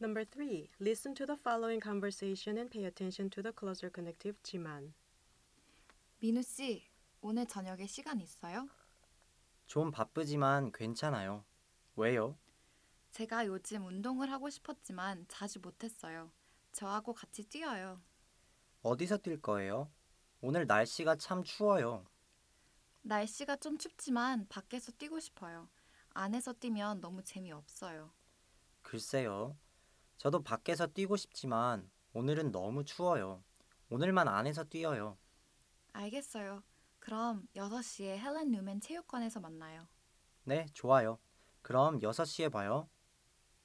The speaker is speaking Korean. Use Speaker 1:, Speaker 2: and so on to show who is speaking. Speaker 1: Number three, listen to the following conversation and pay attention to the closer connective 지만.
Speaker 2: 민우 씨, 오늘 저녁에 시간 있어요?
Speaker 3: 좀 바쁘지만 괜찮아요. 왜요?
Speaker 2: 제가 요즘 운동을 하고 싶었지만 자주 못했어요. 저하고 같이 뛰어요.
Speaker 3: 어디서 뛸 거예요? 오늘 날씨가 참 추워요.
Speaker 2: 날씨가 좀 춥지만 밖에서 뛰고 싶어요. 안에서 뛰면 너무 재미없어요.
Speaker 3: 글쎄요. 저도 밖에서 뛰고 싶지만 오늘은 너무 추워요. 오늘만 안에서 뛰어요.
Speaker 2: 알겠어요. 그럼 6시에 헬렌 루멘 체육관에서 만나요.
Speaker 3: 네, 좋아요. 그럼 6시에 봐요.